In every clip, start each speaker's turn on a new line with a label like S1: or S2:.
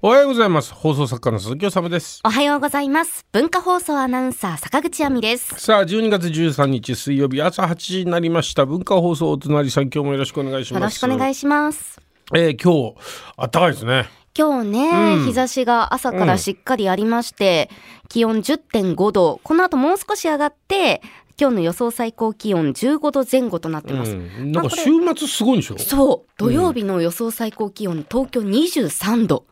S1: おはようございます。放送作家の鈴木おさむです。
S2: おはようございます。文化放送アナウンサー坂口亜美です。
S1: さあ、12月13日水曜日朝8時になりました。文化放送お隣さん、今日もよろしくお願いし
S2: よ
S1: ま
S2: ろ
S1: す。
S2: しくお願いします。
S1: えー今日、あったかいですね。
S2: 今日ね、
S1: うん
S2: 日差しが朝からしっかりありまして、気温10.5度、この後もう少し上がって、今日の予想最高気温15度前後となって
S1: う
S2: ます。
S1: ん、なんか
S2: まあこれ
S1: 週末すごいんでしょ
S2: そう、土曜日の予想最高気温、東京23度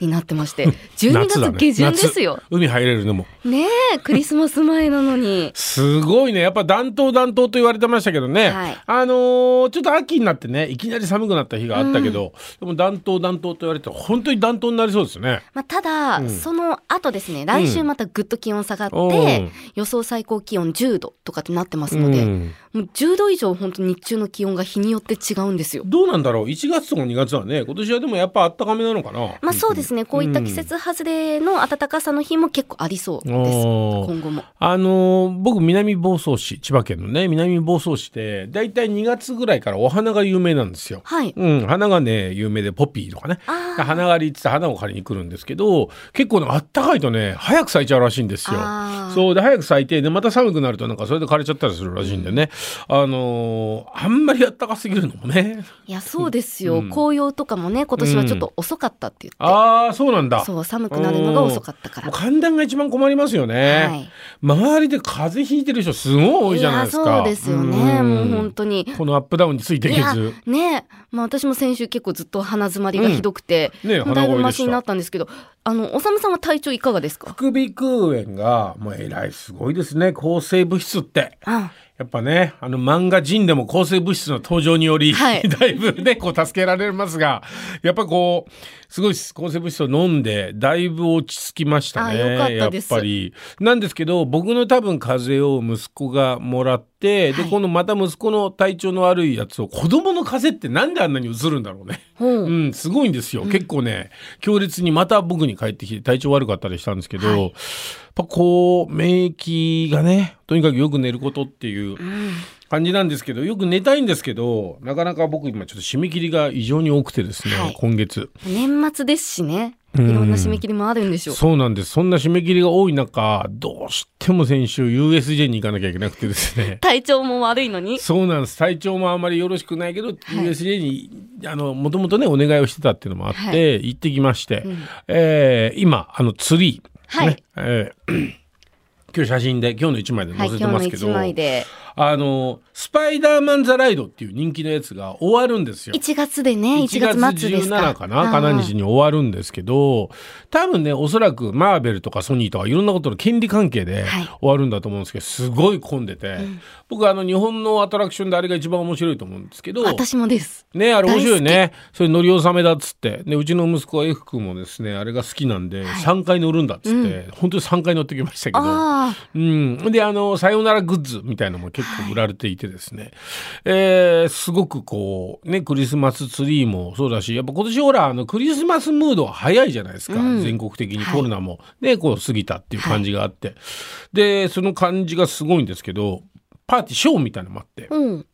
S2: になってまして、12
S1: 夏だ
S2: 月
S1: ね
S2: 下旬ですよ。
S1: 夏海入れるのも。。
S2: ねえ、クリスマス前なのに
S1: すごいね。やっぱ暖冬暖冬と言われてましたけどね。
S2: はい
S1: あのーちょっと秋になってね、いきなり寒くなった日があったけど、でも暖冬暖冬と言われて、本当に暖冬になりそうですね。
S2: まあ、ただ、
S1: うん
S2: その後ですね、来週またぐっと気温下がって、
S1: うん
S2: 予想最高気温10度とかってなってますので、
S1: うん
S2: もう10度以上本当日中の気温が日によって違うんですよ。
S1: どうなんだろう ?1 月とか2月はね、今年はでもやっぱ暖かめなのかな。
S2: まあそうですね、こういった季節外れの暖かさの日も結構ありそうです。
S1: おー
S2: 今後も。
S1: あのー僕南房総市千葉県のね南房総市でだいたい2月ぐらいからお花が有名なんですよ。
S2: はい。
S1: うん、花がね有名でポピーとかね
S2: あー
S1: 花狩りって言って花を借りに来るんですけど結構ねあったかいとね早く咲いちゃうらしいんですよ。
S2: あー
S1: そうで早く咲いてでまた寒くなるとなんかそれで枯れちゃったりするらしいんでね、あのーあんまりあったかすぎるのもね
S2: いや、そうですよ、
S1: うん
S2: 紅葉とかもね、今年はちょっと遅かったって言って、
S1: ああそうなんだ
S2: そう、寒くなるのが遅かったか
S1: もう
S2: ら。
S1: 寒暖が一番困りますよね、
S2: はい
S1: 周りで風邪ひいてる人すごい多いじゃないですか
S2: や、そうですよね。
S1: ん
S2: もう本当に。
S1: このアップダウンについてい
S2: い
S1: け
S2: や
S1: ず。
S2: ねえ、まあ、私も先週結構ずっと鼻詰まりがひどくて、
S1: うんねえ
S2: もうだい
S1: 鼻
S2: ぶ
S1: 声で
S2: マ
S1: した
S2: シになったんですけどあのおさむさんは体調いかがですか
S1: 副鼻腔炎がもうえらいすごいですね抗生物質って。
S2: あ
S1: やっぱねあの漫画人でも抗生物質の登場により、
S2: はい
S1: だいぶねこう助けられますがやっぱこうすごいです抗生物質を飲んでだいぶ落ち着きましたね
S2: あよかったです
S1: やっぱりなんですけど僕の多分風邪を息子がもらって、
S2: は
S1: で
S2: い
S1: このまた息子の体調の悪いやつを子供の風邪ってなんであんなにうつるんだろうね。
S2: ほう、
S1: うん、すごいんですよ。結構ね、強烈にまた僕に帰ってきて体調悪かったりしたんですけど、
S2: はい
S1: やっぱこう、免疫がね、とにかくよく寝ることっていう
S2: うん
S1: 感じなんですけど、よく寝たいんですけど、なかなか僕今ちょっと締め切りが異常に多くてですね、
S2: はい
S1: 今月。
S2: 年末ですしね
S1: う
S2: い
S1: ん
S2: ろんな締め切りもあるんでしょう、
S1: そうなんです。そんな締め切りが多い中、どうしても先週 USJ に行かなきゃいけなくてですね。
S2: 体調も悪いのに
S1: そうなんです体調もあんまりよろしくないけど、
S2: い
S1: USJ にあのもともとねお願いをしてたっていうのもあって、
S2: は
S1: 行ってきまして、
S2: うん
S1: えー今あのツリー、
S2: はい
S1: ねえー 今日写真で今日の一枚で
S2: は
S1: 載
S2: い
S1: せ
S2: 今
S1: て
S2: 日
S1: ま
S2: の
S1: すけ
S2: 一
S1: ど、
S2: 枚で
S1: あのスパイダーマン・ザ・ライドっていう人気のやつが終わるんですよ。
S2: 1月でね1月末ですか
S1: 17かな、かな日に終わるんですけど、多分ね、おそらくマーベルとかソニーとかいろんなことの権利関係で
S2: はい
S1: 終わるんだと思うんですけど、すごい混んでて、僕あの日本のアトラクションであれが一番面白いと思うんですけど、
S2: 私もです
S1: ね、あれ面白いね。それ乗り納めだっつって。で、うちの息子は F 君もですね、あれが好きなんで、
S2: はい
S1: 3回乗るんだっつって、本当に3回乗ってきましたけど。
S2: ああ
S1: うん、であのさよならグッズみたいのも結構売られていてですね、えーすごくこうねクリスマスツリーもそうだしやっぱ今年ほらあのクリスマスムードは早いじゃないですか、
S2: うん
S1: 全国的に
S2: はい
S1: コロナも、ねこう過ぎたっていう感じがあって、でその感じがすごいんですけどパーティーショーみたいなのもあって。
S2: うん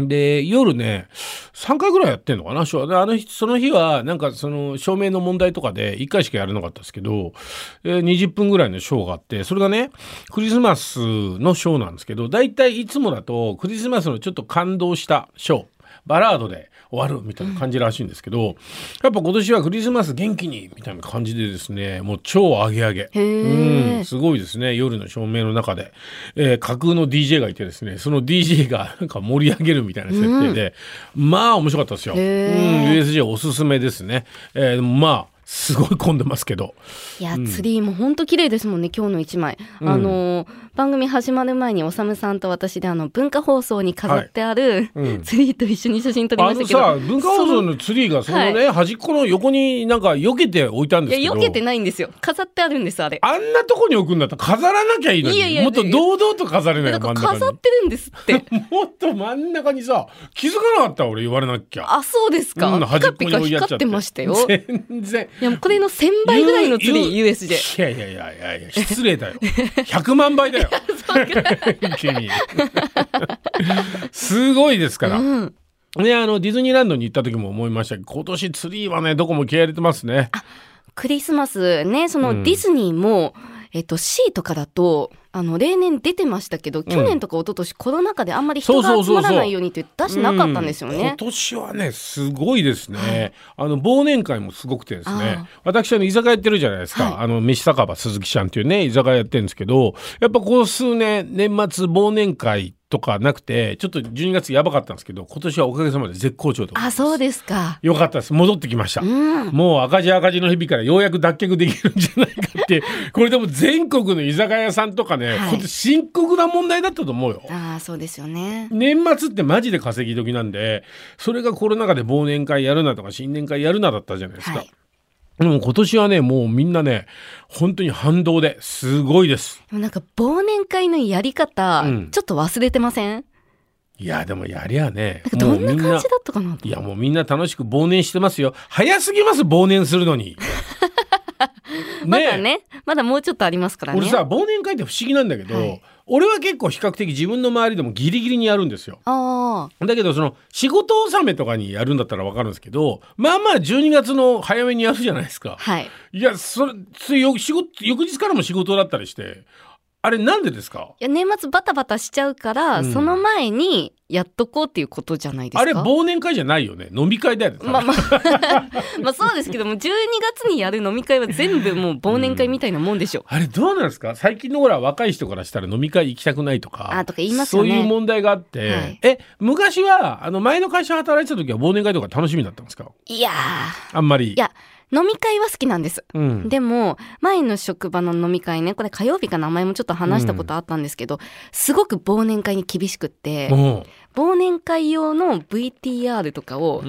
S1: で夜ね3回ぐらいやってんのかなショーであの日その日はなんかその照明の問題とかで1回しかやれなかったですけど、えー20分ぐらいのショーがあってそれがねクリスマスのショーなんですけど大体いつもだとクリスマスのちょっと感動したショーバラードで終わるみたいな感じらしいんですけど、やっぱ今年はクリスマス元気にみたいな感じでですねもう超アゲアゲ。
S2: へ
S1: う
S2: え
S1: ん、すごいですね夜の照明の中で、えー架空の DJ がいてですねその DJ が なんか盛り上げるみたいな設定で、まあ面白かったですよ、うん、
S2: へー
S1: USJ おすすめですね、えーまあすごい混んでますけど
S2: いや、ツリーも本当綺麗ですもんね、今日の一枚。あのー、番組始まる前に、おさむさんと私で、あの、文化放送に飾ってある、
S1: はいうん
S2: ツリーと一緒に写真撮りま
S1: あ
S2: した
S1: の
S2: けど。
S1: さ文化放送
S2: そ
S1: のツリーがそのね、
S2: は
S1: 端っこの横になんか避けて置いたんです
S2: い
S1: け
S2: や、
S1: ど
S2: 避けてないんですよ。飾ってあるんです、あれ。
S1: あんなとこに置くんだったら飾らなきゃいいのに
S2: いやいやい
S1: も
S2: や
S1: っと堂々と飾れない
S2: な
S1: の
S2: んか
S1: 真ん中に
S2: 飾ってるんですって。
S1: もっと真ん中にさ気づかなかった俺言われなきゃ
S2: あ、そうですか。
S1: うん
S2: ピ
S1: 端っ
S2: カ
S1: こ
S2: ピ
S1: に
S2: カ
S1: 追いやっちゃ
S2: 光ってました よ。い
S1: 全然
S2: や、もうこれの1000倍ぐらいのツリ ー、
S1: 言
S2: USJ。
S1: いやいやいやいやいや失礼だよ100万倍 だよ君すごいですから、
S2: うん。
S1: ねあのディズニーランドに行った時も思いましたけど今年ツリーはねどこも気合い入れてますね
S2: クリスマスね、そうの
S1: ん
S2: ディズニーも、えっと、C とかだと、あの、例年出てましたけど、去年とか一昨年コロナ禍であんまり人
S1: そうそ
S2: が
S1: う
S2: 集
S1: そうそう
S2: まらないようにって出してなかったんですよ
S1: うん
S2: ね
S1: 今。年はねすごいですね、あの忘年会もすごくてです
S2: あ
S1: ね
S2: あ
S1: 私あの居酒屋やってるじゃないですか、
S2: はい
S1: あの飯酒場鈴木ちゃんっていうね居酒屋やってるんですけどやっぱここ数年年末忘年会とかなくてちょっと12月やばかったんですけど今年はおかげさまで絶好調でござい
S2: あ、
S1: ます
S2: そうですか。
S1: よかったです戻ってきました、
S2: うん。
S1: もう赤字赤字の日々からようやく脱却できるんじゃないかって、これでも全国の居酒屋さんとかね、
S2: はい
S1: 本当深刻な問題だったと思うよ。
S2: ああ、そうですよね。
S1: 年末ってマジで稼ぎ時なんで、それがコロナ禍で忘年会やるなとか新年会やるなだったじゃないですか。
S2: はい。
S1: でも今年はね、もうみんなね、本当に反動ですごいです。
S2: でもなんか忘年会のやり方、
S1: うん
S2: ちょっと忘れてません
S1: いや、でもやりゃね
S2: なんか、
S1: も
S2: ど
S1: うんみ
S2: なん感
S1: な
S2: じ、だったかない
S1: やもうみんな楽しく忘年してますよ。早すぎます、忘年するの に。
S2: まだね、まだもうちょっとありますからね。
S1: 俺さ忘年会って不思議なんだけど、
S2: はい
S1: 俺は結構比較的自分の周りでもギリギリにやるんですよ。
S2: ああ、
S1: だけどその仕事納めとかにやるんだったらわかるんですけどまあまあ12月の早めにやるじゃないですか。
S2: はい。
S1: いやそれついよ仕事翌日からも仕事だったりしてあれなんでですか
S2: いや年末バタバタしちゃうから、
S1: うん
S2: その前にやっとこうっていうことじゃないですか。
S1: あれ忘年会じゃないよね飲み会だよね。多分
S2: まあまあ まあそうですけども12月にやる飲み会は全部もう忘年会みたいなもんでしょ。
S1: あれどうなんですか最近のほら若い人からしたら飲み会行きたくないとか
S2: あとか言いますよね
S1: そういう問題があって、
S2: はい
S1: え昔はあの前の会社働いてた時は忘年会とか楽しみだったんですか
S2: いや
S1: あんまり。
S2: いやー飲み会は好きなんです。
S1: うん、
S2: でも前の職場の飲み会ねこれ火曜日かな前もちょっと話したことあったんですけど、すごく忘年会に厳しくって
S1: うん
S2: 忘年会用の VTR とかを
S1: う、ー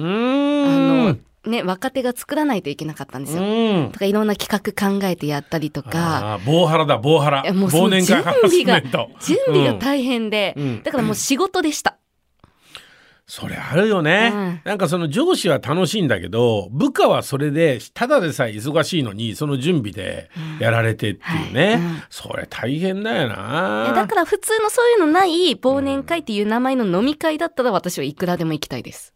S1: ん
S2: ね、若手が作らないといけなかったんですよ。
S1: うん
S2: とかいろんな企画考えてやったりとか。
S1: あー棒ハラだ棒ハラ
S2: いやもうその
S1: 忘年会ハラスメント
S2: 準備が大変で、
S1: うん
S2: だからもう仕事でした。
S1: それあるよね、
S2: うん
S1: なんかその上司は楽しいんだけど部下はそれでただでさえ忙しいのにその準備でやられてっていうね、
S2: はいうん
S1: それ大変だよ
S2: いやだ
S1: な
S2: から普通のそういうのない忘年会っていう名前の飲み会だったら私はいくらでも行きたいです。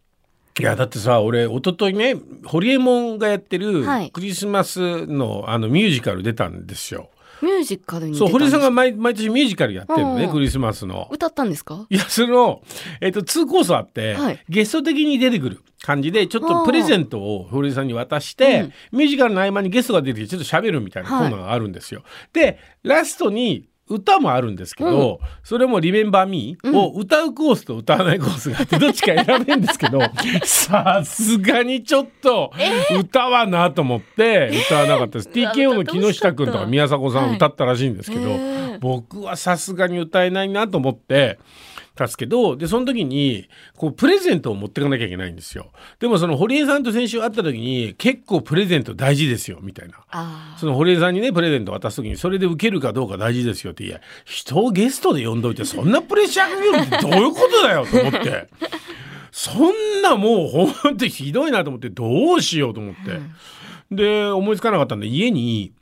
S1: いやだってさ俺一昨日ねホリエモンがやってる
S2: はい
S1: クリスマスのあのミュージカル出たんですよ。
S2: ミュージカルに出
S1: そう
S2: たん
S1: 堀
S2: で
S1: 江
S2: す
S1: さんが毎毎年ミュージカルやってるの
S2: う
S1: ね
S2: ん
S1: クリスマスの。
S2: 歌ったんですか
S1: いやその、えっと2コースあって、
S2: はい
S1: ゲスト的に出てくる感じでちょっ
S2: あー
S1: とプレゼントを堀江さんに渡して、ミュージカルの合間にゲストが出てきてちょっと喋るみたいなコ
S2: はい
S1: ーナーがあるんですよ。でラストに歌もあるんですけど、それも「リメンバー・ミー」を歌うコースと歌わないコースがあってどっちか選べんですけ どさすがにちょっと歌はなと思って歌わなかったです。
S2: えー
S1: TKO の木下君とか宮迫さん歌ったらしいんですけど、
S2: はいへー
S1: 僕はさすがに歌えないなと思ってたんですけどでその時にこうプレゼントを持ってかなきゃいけないんですよ。でもその堀江さんと先週会った時に結構プレゼント大事ですよみたいな。
S2: あ
S1: その堀江さんにねプレゼント渡す時にそれで受けるかどうか大事ですよっていや人をゲストで呼んどいてそんなプレッシャーかけるってどういうことだよと思ってそんなもうほんとひどいなと思ってどうしようと思って、で思いつかなかったんで家に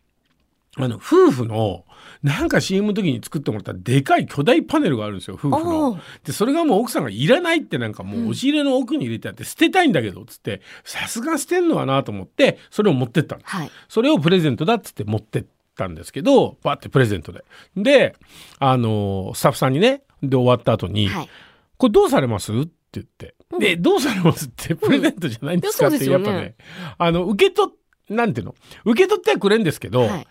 S1: あの夫婦のなんか CM の時に作ってもらったでかい巨大パネルがあるんですよ夫婦
S2: お
S1: の
S2: う。
S1: でそれがもう奥さんがいらないってなんかもう押し入れの奥に入れてあって捨てたいんだけどっつってさすが捨てんのはなと思ってそれを持ってったんです
S2: あはい。
S1: それをプレゼントだっつって持ってったんですけどバってプレゼントでであのースタッフさんにねで終わった後に、
S2: はい。
S1: これどうされます?」って言って「でどうされます?」ってプレゼントじゃないんですか
S2: うん
S1: っ
S2: いや
S1: て
S2: そ
S1: や
S2: う
S1: っ
S2: ですよね
S1: ぱねあの受け取っなんていうの受け取ってはくれんですけど、
S2: はい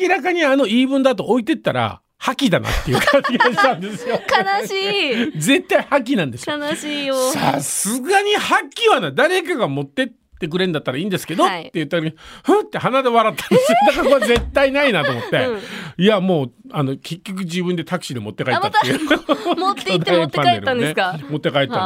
S1: 明らかにあの言い分だと置いてったら破棄だなっていう感じがしたんです よ
S2: 悲しい。
S1: 絶対破棄なんですよ
S2: 悲しいよ。
S1: さすがに破棄はな誰かが持ってってくれんだったらいいんですけど、
S2: はい
S1: って言った時にふんって鼻で笑ったんですよだからこれ絶対ないなと思って、
S2: うん
S1: いやもうあの結局自分でタクシーで持って帰ったっていう、
S2: 持って行って持って帰ったんですか
S1: 巨大パネルをね持って帰ったんですよ、
S2: は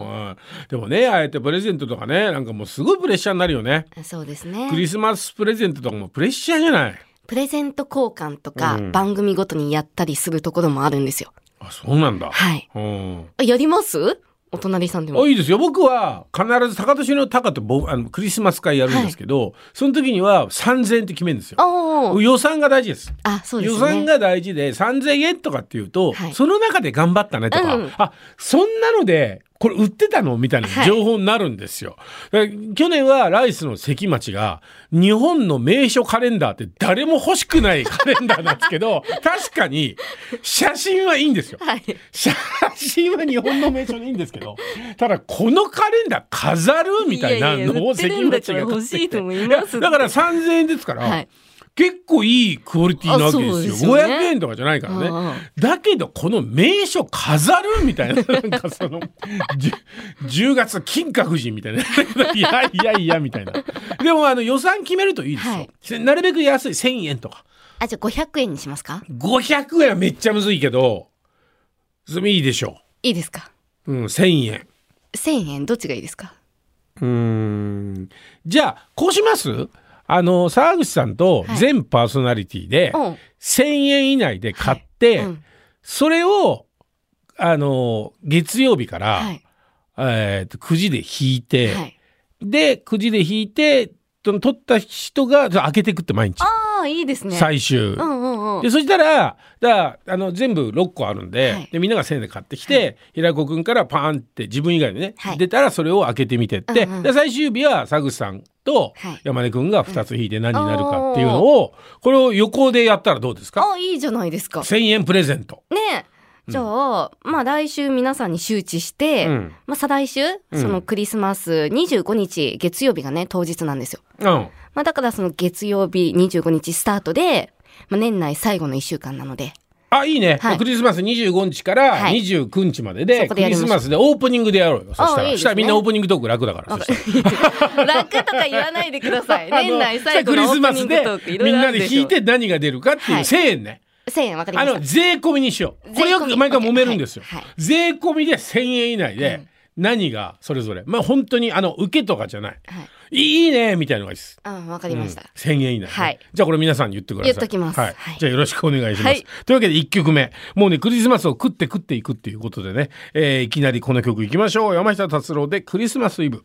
S2: あ
S1: はいでもねあえてプレゼントとかねなんかもうすごいプレッシャーになるよね
S2: そうです
S1: ク
S2: ね。
S1: リスマスプレゼントとかもプレッシャーじゃない
S2: プレゼント交換とか、
S1: うん
S2: 番組ごとにやったりするところもあるんですよ。
S1: あそうなんだ、
S2: はい。
S1: うん
S2: あやりますお隣さんでも
S1: あ。いいですよ僕は必ず高年の高って僕あのクリスマス会やるんですけど、その時には3,000円って決めるんですよ
S2: あ
S1: 予算が大事です。
S2: あ。あ、そうです
S1: 予
S2: ね。
S1: 算が大事で3,000円とかっていうと、
S2: はい
S1: その中で頑張ったねとか、
S2: うん
S1: あそんなのでこれ売ってたのみたいな
S2: はい
S1: 情報になるんですよ、だから去年はライスの関町が日本の名所カレンダーって誰も欲しくないカレンダーなんですけ ど確かに写真はいいんですよ
S2: はい。
S1: 写真は日本の名所でいいんですけどただこのカレンダー飾るみたいなのを
S2: いやいや
S1: 関
S2: 売って
S1: 町
S2: るんだ
S1: が買
S2: から欲
S1: っ
S2: して
S1: き
S2: い
S1: て
S2: と思います
S1: いやだから3,000円ですから、
S2: はい。
S1: 結構いいクオリティなわけですよ
S2: あそうですよね
S1: 500円とかじゃないからね、
S2: あ
S1: だけどこの名所飾るみた いななんかその 10, 10月金閣寺みたいな いやいやいやみたいなでもあの予算決めるといいですよ、
S2: はい
S1: せなるべく安い1,000円とか
S2: あ、じゃあ500円にしますか
S1: 500円はめっちゃむずいけどそれいいでしょ
S2: いいですか
S1: う、うん、1,000円
S2: ?1000 円、どっちがいいですか
S1: うーんじゃあこうしますあの沢口さんと
S2: はい
S1: 全パーソナリティで、
S2: うん。
S1: 1,000円以内で買って、
S2: うん。
S1: それを、あの、月曜日から、
S2: はい。
S1: えーと9時で引いて、
S2: はい。
S1: で、9時で引いて、その取った人が開けていくって毎日、
S2: ああ、いいですね。
S1: 最終。
S2: うんうんうん
S1: で。そしたらだからあの全部6個あるんで,、
S2: はい
S1: でみんなが1,000円で買ってきて、平子君からパーンって自分以外でね、
S2: はい
S1: 出たらそれを開けてみてって、
S2: うんうん
S1: で最終日は佐口さんと
S2: はい
S1: 山根君が2つ引いて何になるかっていうのを、これを横でやったらどうですか
S2: あ、いいじゃないですか。
S1: 1,000円プレゼント。
S2: ねえ。じゃあ、まあ来週皆さんに周知して、
S1: うん
S2: まあ再来週、
S1: ん
S2: そのクリスマス25日月曜日がね、当日なんですよ。
S1: うん
S2: まあだからその月曜日25日スタートで、まあ年内最後の1週間なので、
S1: あ、いいね。
S2: はい
S1: クリスマス25日から
S2: はい
S1: 29日までで、
S2: そこ
S1: ク
S2: でや
S1: リ
S2: り
S1: ス
S2: ましょう
S1: マスでオープニングでやろうよ。そしたら、
S2: いい
S1: そ
S2: ですね
S1: したらみんなオープニングトーク楽だから。そした
S2: 楽とか言わないでください。
S1: らあの
S2: 年内最後
S1: ク
S2: の
S1: リス
S2: オープ
S1: マ
S2: ニ
S1: ス
S2: ング
S1: で
S2: トークいろ
S1: み
S2: い
S1: ん
S2: ろ
S1: な
S2: あるで
S1: で
S2: しょ
S1: 弾いて何が出るかっていう
S2: はい
S1: 1000円ね。
S2: 1000円わかりま
S1: あ
S2: した
S1: の、。税込みにしよう。これよ
S2: 税込
S1: く
S2: み
S1: 毎回揉めるんですよ
S2: OK はい。
S1: 税込みで1000円以内
S2: う
S1: で
S2: ん
S1: 何がそれぞれ。まあ本当にあの、受けとかじゃない。
S2: はい。
S1: いいねみたいなのがいいです。
S2: うん、わかりました。
S1: 千円以内ね、
S2: はい
S1: じゃあこれ皆さんに言ってください。
S2: 言っときます
S1: はい
S2: はい
S1: じゃあよろしくお願いします。
S2: はい
S1: というわけで一曲目、もうねクリスマスを食って食っていくっていうことでね、えーいきなりこの曲いきましょう。山下達郎でクリスマスイブ。